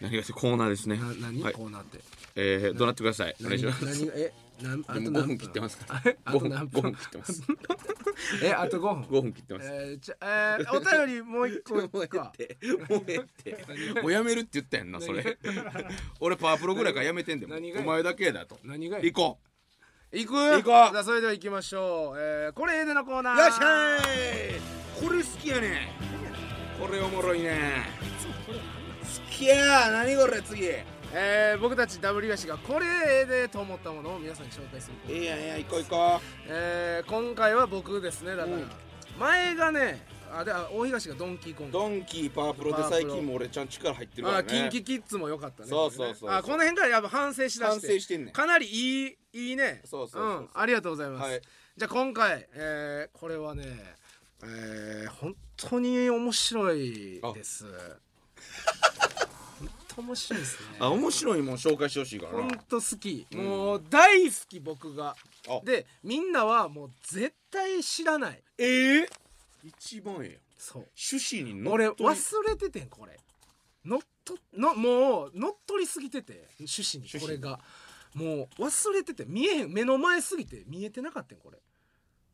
A: 何がしてコーナーですね
B: な何、
A: はい
B: こうなって
A: えー、どうなってくださいお願いします
B: 何がえなんあと
A: で
B: 何
A: も
B: 分
A: 5分切ってますから
B: あれあ
A: 5
B: と
A: 分
B: 何
A: 5
B: 分
A: 分切ってます
B: えあと5分
A: 5分切ってます
B: えー、ちょえー、お便りもう一個
A: もうええ
B: か
A: ってもうええってもうやめるって言ったやんなそれ 俺パワープロぐらいからやめてんでも
B: 何が
A: お前だけだと
B: 何がや
A: 行こ
B: 行く
A: 行こう
B: じゃあそれでは行きましょう、えー、これええでのコーナ
A: う
B: ー
A: よっしゃーいこれ好きやねこれおもろいね好きや何これ次え
B: えー、僕たち W ガシがこれええでと思ったものを皆さんに紹介するコーナー
A: えやんええやん行こう行こ
B: えー、今回は僕ですねだから、
A: うん
B: 前がねあであ大東がドンキーコン
A: う
B: グ
A: ドンキーパワープロで最近も俺ちゃん力入ってるから
B: あ
A: ね
B: キンキキッズも良かったね
A: そうそうそうそ
B: これねあ
A: う
B: この辺からやっぱ反省しだし
A: 完
B: て
A: 成してんねん
B: かなりいいいいね、
A: そうそうそうそうん
B: ありがとうございます、
A: はい
B: じゃあ今回、えー、これはねえー、本当に面白いです本当面白いですね
A: あ面白いもん紹介してほしいから
B: 本
A: な
B: 当好き、もう大好き僕が
A: あ
B: でみんなはもう絶対知らない
A: ええ一番ええやん
B: そう
A: 趣旨にのっ
B: 俺
A: とり
B: 忘れててんこれのっとのもう乗っ取りすぎてて趣旨に
A: 趣
B: こ
A: 旨
B: れ
A: に
B: がもう忘れてて見えへん目の前すぎて見えてなかったんこれ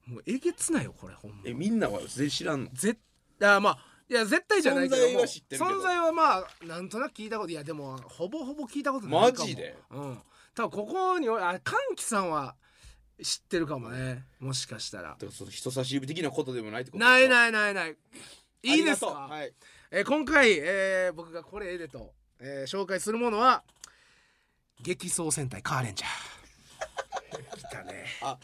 B: もうえげつないよこれほんま
A: えみんなは全然知らんの
B: 絶あまあいや絶対じゃないけども
A: 存在は知ってるけど
B: 存在はまあなんとなく聞いたこといやでもほぼほぼ聞いたことないかも
A: マジで
B: うん多分ここにあ歓喜さんは知ってるかもねもしかしたら
A: だからその人差し指的なことでもないってこと
B: ない
A: い
B: ないないないいいですか、
A: はい
B: えー今回、えー僕がこれええでと、えー紹介するものは激走戦隊カーレンジャ ー来たね
A: あ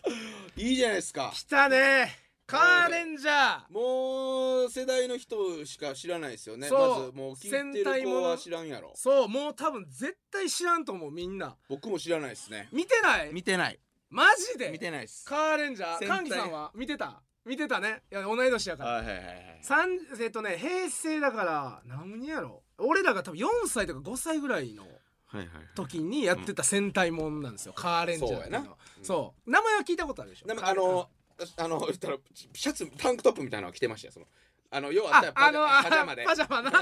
A: いいじゃないですか
B: 来たねカーレンジャー
A: もう世代の人しか知らないですよね
B: そう
A: まずもう聞いてる子は知らんやろ
B: そうもう多分絶対知らんと思うみんな
A: 僕も知らないですね
B: 見てない
A: てない
B: マジで
A: 見てないです
B: カーレンジャー
A: 戦隊
B: カンキさんは見てた見てたねいや同い年やから
A: はいはいはいはい
B: 三えっとね平成だから何やろ俺らが多分4歳とか5歳ぐらいの
A: はいはい
B: 時にやってた戦隊もんなんですよ、カーレンジャーっていうのは
A: そうやな
B: そう名前は聞いたことあるでしょ
A: でも
B: カー
A: あ
B: レン
A: のあの言ったらシャツタンクトップみたいなの着てましたよそのあの要は
B: ああのあ
A: パジャマで
B: パジャマな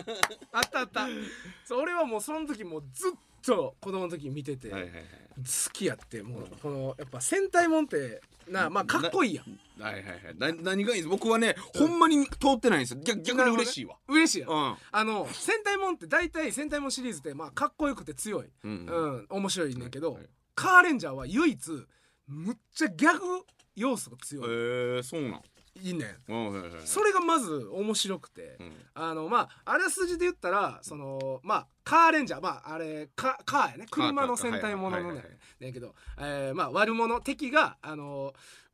B: あったあったそう俺はもうその時もうずっと子供の時見てて、
A: はいはいはい
B: 好きやってもうこのやっぱ戦隊もんってなまあかっこいいやん
A: はいはいはいな何がいいです僕はねほんまに通ってないんですよ逆逆に嬉しいわ
B: 嬉しいやん、
A: うん
B: あの戦隊もんって大体戦隊もんシリーズってまあかっこよくて強い、
A: う
B: うんん
A: うん
B: 面白いねんだけど、
A: はいはい
B: カーレンジャーは唯一むっちゃギャグ要素が
A: え
B: 強い、
A: ーそうなん
B: いいねん
A: うんはいはいはい
B: それがまず面白くて、
A: うん
B: あのまああらすじで言ったらそのまあカーレンジャーまああれカカーやね
A: カー
B: 車の戦隊もの
A: は
B: の
A: い
B: ね
A: はいはい
B: だけど、えーまあ悪者敵があの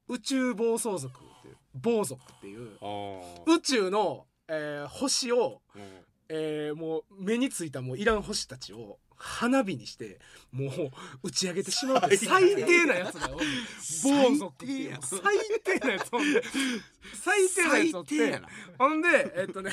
B: 宇宙暴走族っていう暴族っていう
A: あー
B: 宇宙の、えー星を、
A: うん
B: えーもう目についたもういらん星たちを花火にしてもう打ち上げてしまうって最低なやつだよ暴族っていう最低なやつおんで最低なやつおっ
A: 最低や
B: て
A: な
B: ほんでえっ とね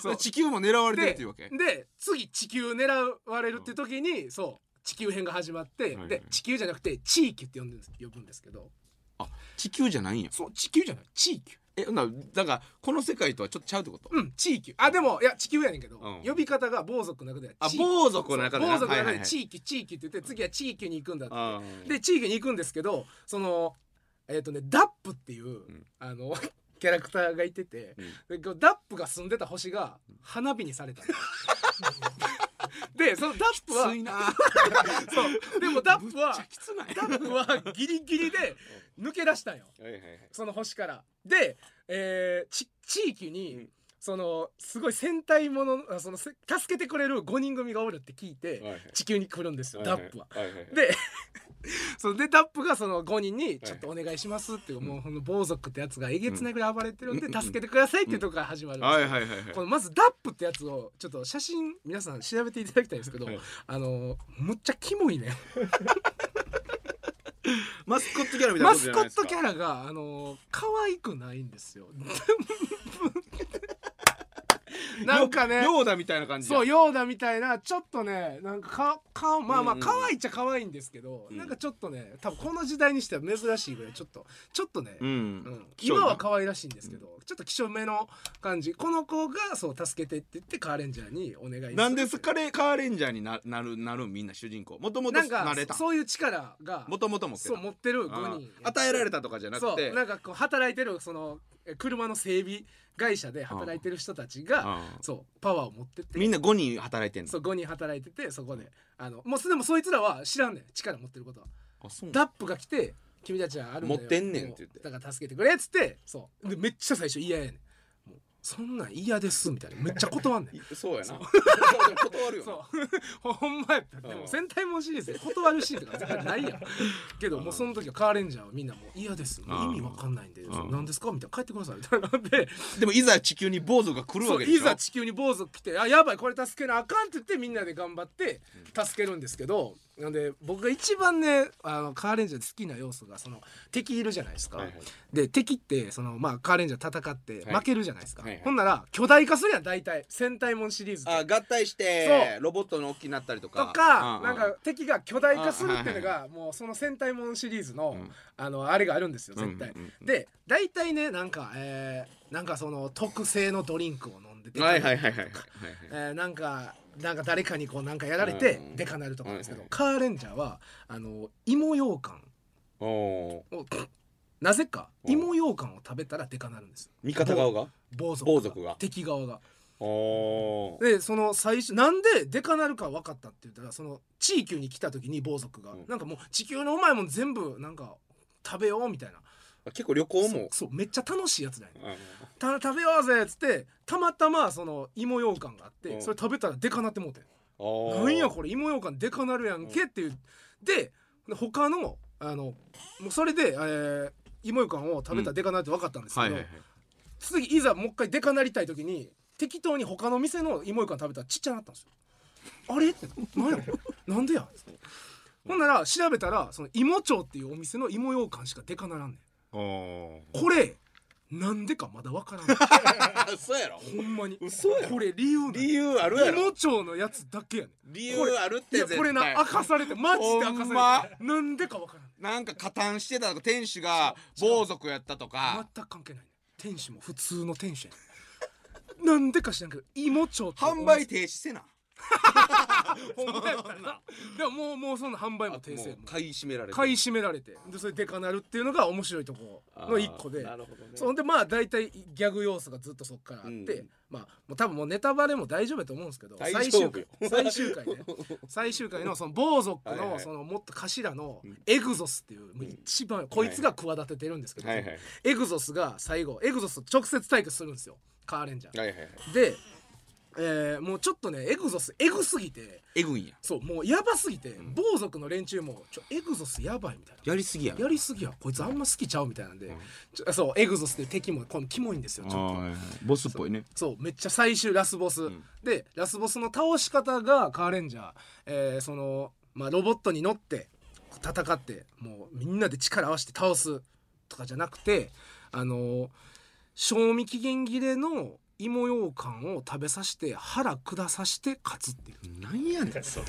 B: そう
A: 地球も狙われてる
B: で
A: っていうわけ
B: で次地球狙われるって時に、そう地球編が始まって、
A: いはい
B: で地球じゃなくて地域って呼んでるんです呼ぶんですけど
A: あ地球じゃないんや
B: そう地球じゃない地域
A: えほんならなんかこの世界とはちょっとちゃうってこと
B: うん地域あでもいや地球やねんけど、
A: うん
B: 呼び方が暴族の中では
A: あ
B: 地域
A: 暴族の中でな
B: そう暴族の中
A: はいはい
B: で
A: はい
B: 地域地域って言って次は地域に行くんだって
A: あー
B: で地域に行くんですけどそのえっ、とねダップっていう、
A: ん
B: あの キャラクターがい てて、でこうダップが住んでた星が花火にされたのでそのダップは
A: つ いな
B: そうでもダップは
A: めっちゃきつない
B: ダップはギリギリで抜け出したんよ
A: はいはいはい
B: その星から。で、えーち地域に、そのすごい戦隊ものあそのせ助けてくれる5人組がおるって聞いて、
A: はいはい
B: 地球に来るんですよ、ダップは。
A: いはいはい
B: でそのでダップがその5人に「ちょっとお願いします」っていう、もうこの暴族ってやつがえげつないぐらい暴れてるんで、助けてくださいっていうところから始まるんですよ
A: はいはいはいはい
B: このまずダップってやつをちょっと写真皆さん調べていただきたいんですけど、
A: はい
B: あのむっちゃキモい ね
A: マスコットキャラみた
B: マ
A: いなことじ
B: ス
A: ゃ
B: コ
A: ないで
B: ッ
A: すか
B: トキャラがあの可愛くないんです よ。なんかね、
A: ヨーダみたいな感じや
B: そうヨーダみたいなちょっとねなんかか顔まあまあ
A: うんうんうん
B: 可愛いっちゃ可愛いんですけど、
A: うん
B: なんかちょっとね多分この時代にしては珍しいぐらいちょっとちょっとね、
A: うん、
B: うん
A: 貴重な
B: 今は可愛らしいんですけど、ちょっと希少めの感じこの子がそう助けてって言ってカーレンジャーにお願いする
A: なんですカレーカーレンジャーにななるなるんみんな主人公もともと
B: なん
A: な
B: か
A: れた
B: そういう力が
A: もともと持って
B: そう
A: た
B: 持ってる
A: あ
B: 5
A: ー
B: 人
A: 与えられ
B: た
A: たとかじゃなく
B: そ
A: て
B: うなんかこう働いてるそのえ車の整備会社で働いてる人たちが
A: あー
B: そうパワーを持ってって
A: みんな5人働いてんの
B: そう5人働いててそこであのもうすでもそいつらは知らんねん力持ってることは
A: あそう
B: ダップが来て「君たちはあるんだよ
A: 持ってんねんって言って
B: もうだから助けてくれ」っつってそうでめっちゃ最初嫌やねんもうそんなん嫌ですみたいなめっちゃ断ん ねん
A: そうやな
B: そう
A: 断るよな
B: そう ほんまやったで
A: う
B: も
A: ん
B: 戦隊もんシリーズで断るシーンとか絶対ないやんけど
A: うん
B: もうその時はカーレンジャーはみんなもう嫌ですもう意味わかんないんで
A: うん
B: そう何ですかみたいな帰ってくださいみたいなんで
A: でもいざ地球に坊主が来る
B: そ
A: わ
B: う
A: けでし
B: い
A: ょ
B: ざ地球に坊主来てあやばいこれ助けなあかんって言ってみんなで頑張って助けるんですけどなんで僕が一番ねあのカーレンジャーで好きな要素がその敵いるじゃないですか、
A: はいはい
B: で敵ってそのまあカーレンジャー戦って
A: はい
B: 負けるじゃないですか、
A: はいはい
B: ほんなら巨大化するやん大体戦隊もんシリーズって
A: あ合体してロボットの大きになったりとか
B: とか、
A: ああ
B: なん
A: あ
B: か敵が巨大化するっていうのが、もうその戦隊ものシリーズの、
A: うん
B: あのあれがあるんですよ絶対、
A: うんうんうん
B: で大体ねなんか、えーなんかその特製のドリンクを飲んでて
A: はいはいはいはいはい
B: えーなんかなんか誰かにこうなんかやられて
A: うん
B: デカなるとかなんですけど、
A: はいはい
B: カーレンジャーはあの芋羊羹
A: おお
B: をなぜか
A: うん
B: 芋羊羹を食べたらデカなるんですよ
A: 味方側が
B: 暴族
A: 暴族が
B: 敵側が
A: おお
B: でその最初なんでデカなるか分かったって言ったらその地球に来た時に暴族が、
A: うん
B: なんかもう地球のうまいもん全部なんか食べようみたいな
A: 結構旅行
B: そう
A: も
B: そうめっちゃ楽しいやつだよね
A: うん
B: た食べようぜっつってたまたまその芋羊羹があって、
A: うん
B: それ食べたらデカなってもうて
A: おー
B: なんやこれ芋羊羹デカなるやんけっていう、で他のあのもうそれで、えー芋羊羹を食べたらデカなるって分かったんですけど、
A: はいはいはい
B: 次いざもう一回デカなりたい時に適当に他の店の芋ようかん食べたらちっちゃなったんですよあれって何やなんでやつってほんなら調べたらその芋町っていうお店の芋ようかんしかデカならんね
A: おお
B: んこれなんでかまだわからん
A: あ 嘘やろ
B: ほんまに
A: 嘘やろ
B: これ理由
A: 理
B: 由
A: 由あるやろ
B: 芋町のやつだけやねん
A: 理
B: これ
A: 由あるっ
B: い
A: て
B: やこれな明かされてマジで明か
A: ほんま
B: されてなんでかわからん
A: なんか加担してたとか天使が暴族やったとか
B: 全く関係ないね天使も普通の天使やねんなんでか知らんけど芋町って
A: 販売停止せな
B: ほんまやったな。でももうもうその販売も訂正
A: も
B: も
A: う買い占められてる
B: 買い占められてでそれでかなるっていうのが面白いとこの一個で、
A: あーなるほどね
B: そんでまあ大体ギャグ要素がずっとそっからあって、
A: うん
B: まあもう多分もうネタバレも大丈夫だと思うんですけど
A: 大
B: 最
A: 丈
B: 終
A: 夫
B: 回
A: よ
B: 最終回 ね最終回のその暴族
A: はいは
B: の
A: い
B: そのもっと頭のエグゾスっていうもう一番こいつが企ててるんですけど、
A: はいはい
B: エグゾスが最後エグゾスと直接対決するんですよカーレンジャー。
A: はいはいはい
B: で、えーもうちょっとねエグゾスエグすぎて。
A: えぐいんや
B: そうもうやばすぎて、暴族の連中もちょエグゾスやばいみたいな
A: やりすぎや
B: やりすぎやこいつあんま好きちゃうみたいなんで、ちょそうエグゾスって敵もこのキモいんですよちょっと
A: ボスっぽいね
B: そうめっちゃ最終ラスボス、でラスボスの倒し方がカーレンジャー、えーその、まあ、ロボットに乗って戦ってもうみんなで力合わせて倒すとかじゃなくてあの賞味期限切れの芋羊羹を食べさせて腹下させて勝つっていう
A: なんや ねんそれ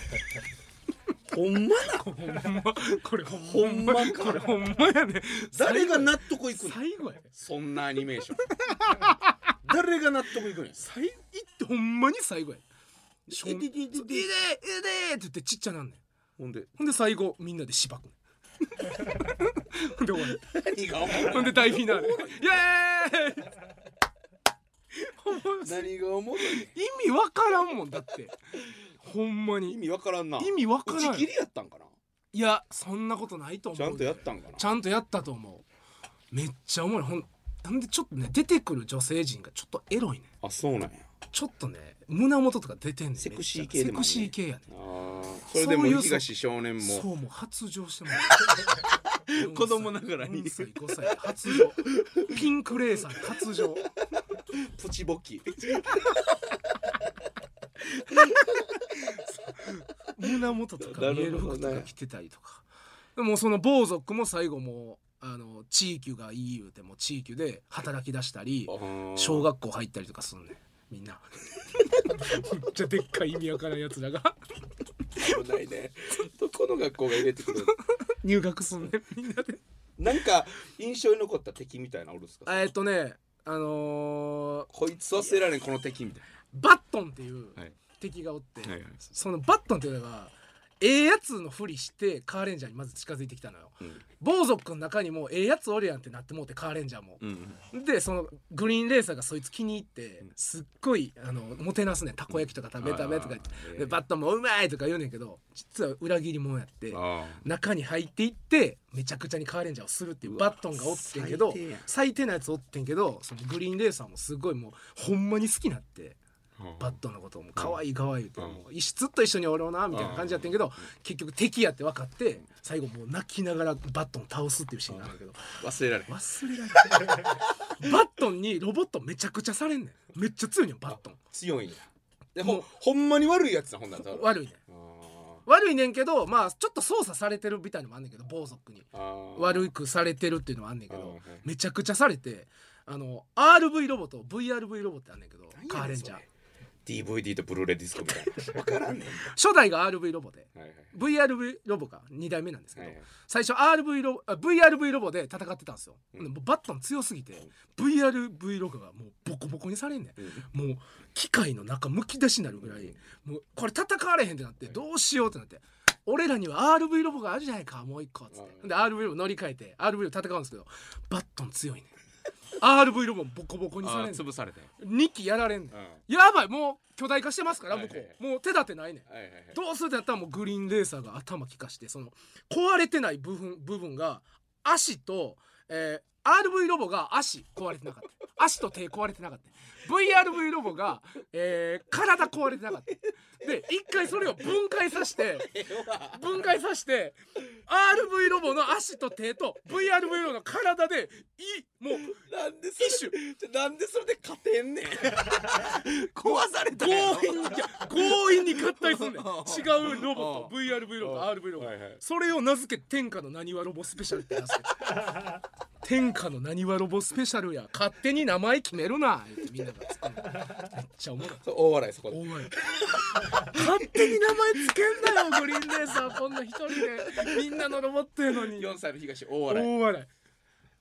A: ほんまな
B: これほ
A: ほんま か
B: これほんまやね
A: 誰が納得いくの
B: 最後やね
A: そんなアニメ ーション誰が納得いくねん
B: 最後ってほんまに最後やねしょん
A: いでいでいで
B: そういでいでって言ってちっちゃなんねん
A: ほんで
B: ほんで最後みんなでしば くねんほんで終わり
A: 何がおも
B: ほ
A: ろ
B: ん
A: い
B: で大フィナーレイエーイほんま
A: 何がおもろい
B: 意味わからんもんだってほほんま
A: 意
B: に
A: 味わからんな
B: 意味わから
A: 打
B: な
A: ち
B: い
A: 切りやったんかない
B: やそんなことないと思う
A: ちゃんとやったんかな
B: ちゃんとやったと思うめっちゃおもろいほんほんでちょっとね出てくる女性陣がちょっとエロいね
A: あそうなんや
B: ちょっとね胸元とか出てんねん
A: セクシー
B: め
A: 系
B: っちゃ
A: でもあ
B: セ
A: るね
B: クシー系やね
A: あーそれでも
B: そういう
A: 東少年
B: そ
A: も
B: うもう発情しても
A: 子供ながらに
B: 4歳5歳発情ピンクレーサー発情
A: プチボ キ
B: 胸元とか見える服と
A: なるほど
B: か
A: ね
B: 着てたりとか、でもその暴族も最後もうあの地域がいい言うても地域で働き出したり小学校入ったりとかすんねんみんなめっちゃでっかい意味わからんやつらが
A: 校ないねどこの学校が入れてく る
B: 入学すんねんみんなで
A: なんか印象に残った敵みたいなのおるんすか
B: えーっとねあのー
A: こいつ忘れられんこの敵みたい
B: バットンっていう
A: はい
B: 敵がおって、
A: はいはい
B: そのバットンっていうのがええやつのふりしてカーレンジャーにまず近づいてきたのよ
A: な
B: 暴族の中にもええやつおるやんってなってもうてカーレンジャーも
A: う、ん
B: でそのグリーンレーサーがそいつ気に入って
A: うん
B: すっごいあのもてなすねんたこ焼きとか食べ食べとか言って
A: あー
B: でバットンもうまいとか言うねんけど実は裏切り者やって
A: あ
B: 中に入っていってめちゃくちゃにカーレンジャーをするっていうう
A: わ
B: バットンがおってんけど
A: 最低やん
B: 最低なやつおってんけどそのグリーンレーサーもすごいもうほんまに好きになって
A: ー
B: バットンのことをもう可愛い可愛いって
A: うん
B: もう一ずっと一緒におろうなみたいな感じやってんけど結局敵やって分かって最後もう泣きながらバットンを倒すっていうシーンがあるんだけど
A: 忘れられん
B: 忘れられないバットンにロボットめちゃくちゃされんねんめっちゃ強いねんバットン
A: 強いんやで
B: も
A: も
B: う
A: ほんまに悪いやつだほんならだから
B: 悪いねん悪いねんけどまあちょっと操作されてるみたいのもあんねんけど暴族に悪
A: い
B: くされてるっていうのもあんねんけ
A: あーは
B: ど
A: い
B: めちゃくちゃされてあの RV ロボと VRV ロボってあんねんけどカーレンジャー
A: DVD とブルーレイディスコみたい なわからんね
B: 初代が RV ロボで
A: んはいはい
B: VRV ロボが2代目なんですけど、
A: はいはい
B: 最初 RV ロボあ VRV ロボで戦ってたんですよ、
A: うん
B: でもバットン強すぎて VRV ロボがもうボコボコにされんねん
A: うん
B: もう機械の中むき出しになるぐらい、もうこれ戦われへんってなってどうしようってなって、俺らには RV ロボがあるじゃないかもう一個っつって、
A: うん
B: で RV ロボ乗り換えて RV ロボ戦うんですけどバットン強いね RV ロボもボコボコにさ
A: あ
B: れ
A: ー
B: んね
A: 潰されて
B: 2機やられんね
A: うんはい
B: やばいもう巨大化してますから
A: は
B: 向
A: いは
B: こ
A: いはいう
B: もう手立てないねん
A: はいはい
B: どうするってなったらもうグリーンレーサーが頭利かしてその壊れてない部分部分が足と、えー RV ロボが足壊れてなかった足と手壊れてなかった VRV ロボが、えー体壊れてなかったで一回それを分解させて分解させて RV ロボの足と手と VRV ロボの体でいもう
A: なんで
B: 一種
A: それなんでそれで勝てんねん壊されたや
B: 強
A: ろ
B: 引に強引に合体す んねん違うロボと VRV ロボと RV ロボ
A: はいはい
B: それを名付け天下のなにわロボスペシャルって名付けた天下のなにわロボスペシャルや勝手に名前決めるな言ってみんなが突っ込むめっちゃおもろい
A: そう大笑いそこ
B: お
A: で
B: い勝手に名前つけんなよグリーンレーサーこんな一人でみんなのロボットやのに
A: 4歳の東大笑い
B: 大笑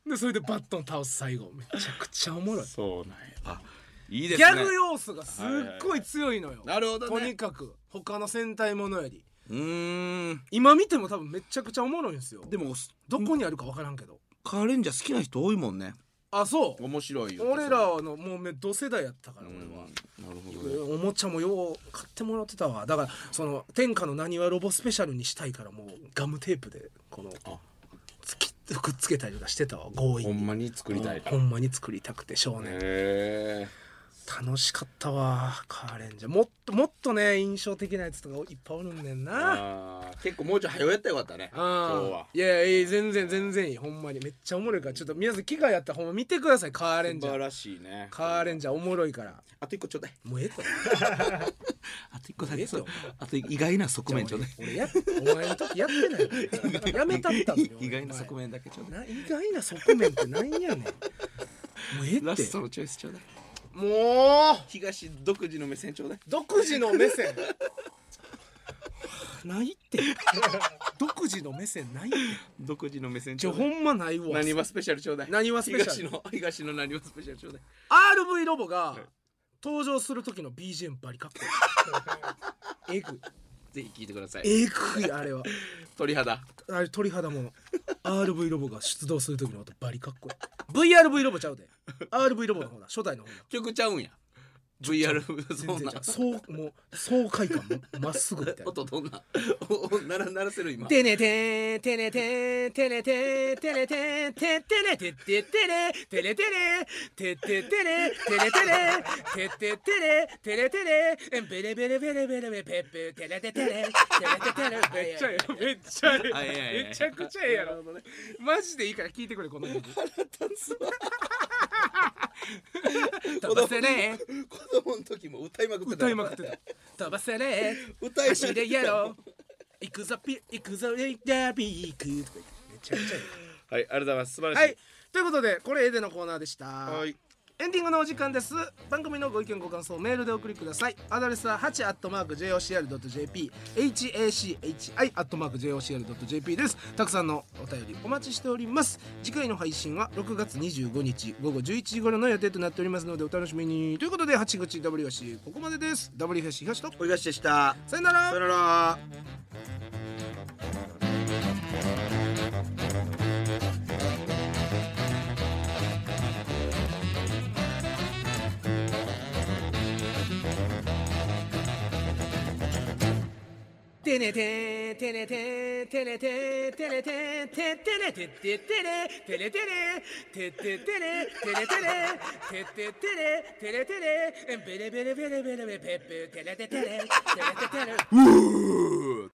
B: いでそれでバットン倒す最後めちゃくちゃおもろい
A: そうなんやあいいで
B: ギ
A: すね
B: ャグ要素がすっごい強いのよ
A: なるほど
B: と
A: ね
B: にかく他の戦隊ものより
A: うーん
B: 今見ても多分めちゃくちゃおもろいんですよ
A: でも
B: どこにあるか分からんけど
A: カーレンジャー好きな人多いもんね
B: あそう
A: 面白いよ
B: 俺らのもうめ同世代やったから
A: う
B: 俺
A: ん
B: は、
A: なるほどね
B: おもちゃもよう買ってもらってたわだからその天下のなにわロボスペシャルにしたいからもうガムテープでこの
A: あ
B: つきくっつけたりとかしてたわ強
A: ほ
B: 引
A: ん
B: に
A: まに作りたい
B: ほんまに作りたくて少年、
A: へえ
B: 楽しかったわカーレンジャーもっともっとね印象的なやつとかいっぱいおるんねんな
A: あー結構もうちょい早うやったらよかったね今日
B: あ
A: は
B: ーいやいや全然全然いいほんまにめっちゃおもろいからちょっと皆さん機会あったらほんま見てくださいカーレン
A: 素
B: ジャ
A: 晴
B: ー
A: らしいね
B: カーレンジャーおもろいから
A: あと一個ちょうだい
B: もうええと
A: あと一個だ
B: けええよ
A: あと意外な側
B: 俺やお前の時やってないよやめたったの よ面
A: 面だけちょう
B: な意外な側面ってなんやねんもうええって
A: のチョイスちょうだい
B: もう
A: 東独自の目線ちょうだい
B: 独自の目線 ないって独自の目線ないって
A: 独自の目線
B: ちょほんまないわ
A: 何はスペシャルちょうだい
B: 何はスペシャル
A: 東の東の何はスペシャルちょうだい
B: RV ロボが登場する時の BGM バリかっこ いいえぐ
A: ぜひ聞いてください
B: えぐいあれは
A: 鳥肌
B: あれ鳥肌もの RV ロボが出動する時の音バリかっこいい VRV ロボちゃうで RV ロボの方だ初代の方だ
A: 曲ちゃうんや VR そ
B: 全
A: ん
B: 然
A: な
B: ちゃうそうもう爽快感ままっすぐみたいな。
A: 音どんなおお鳴ら鳴らせる今
B: てねてーてねてーてねてーてねてーてってねてってってねてれてれてってってねてれてれてってってねてれてれベレベレベレベレベペッペてれててれてれててれめっちゃええめっちゃえ
A: あいやいやい
B: え
A: や
B: めちゃくちゃええやろマジでいいから聞いてくれこ の曲飛ばせねー
A: 子供の時も歌いまくってた
B: 歌いまくってた飛ばせねー
A: 歌いまくってた
B: 走れや ろ行くぞピ行くぞレイダービークとか言ってめちゃくちゃええ
A: はいありがとうございます素晴ら
B: は
A: し
B: い、ということでこれエデのコーナーでした、
A: いはい
B: エンディングのお時間です番組のご意見ご感想メールでお送りくださいアドレスは 8-jocr.jp hachi-jocr.jp ですたくさんのお便りお待ちしております次回の配信は6月25日午後11時頃の予定となっておりますのでお楽しみにということで八口 W しここまでです W 東東と
A: おいがしでした
B: さよなら
A: さよなら
B: てねててねててねててねてててねてててねてれてねてててねてれてねてててねてれてねベレベレベレベレベペッペてれててねてれててね
A: うー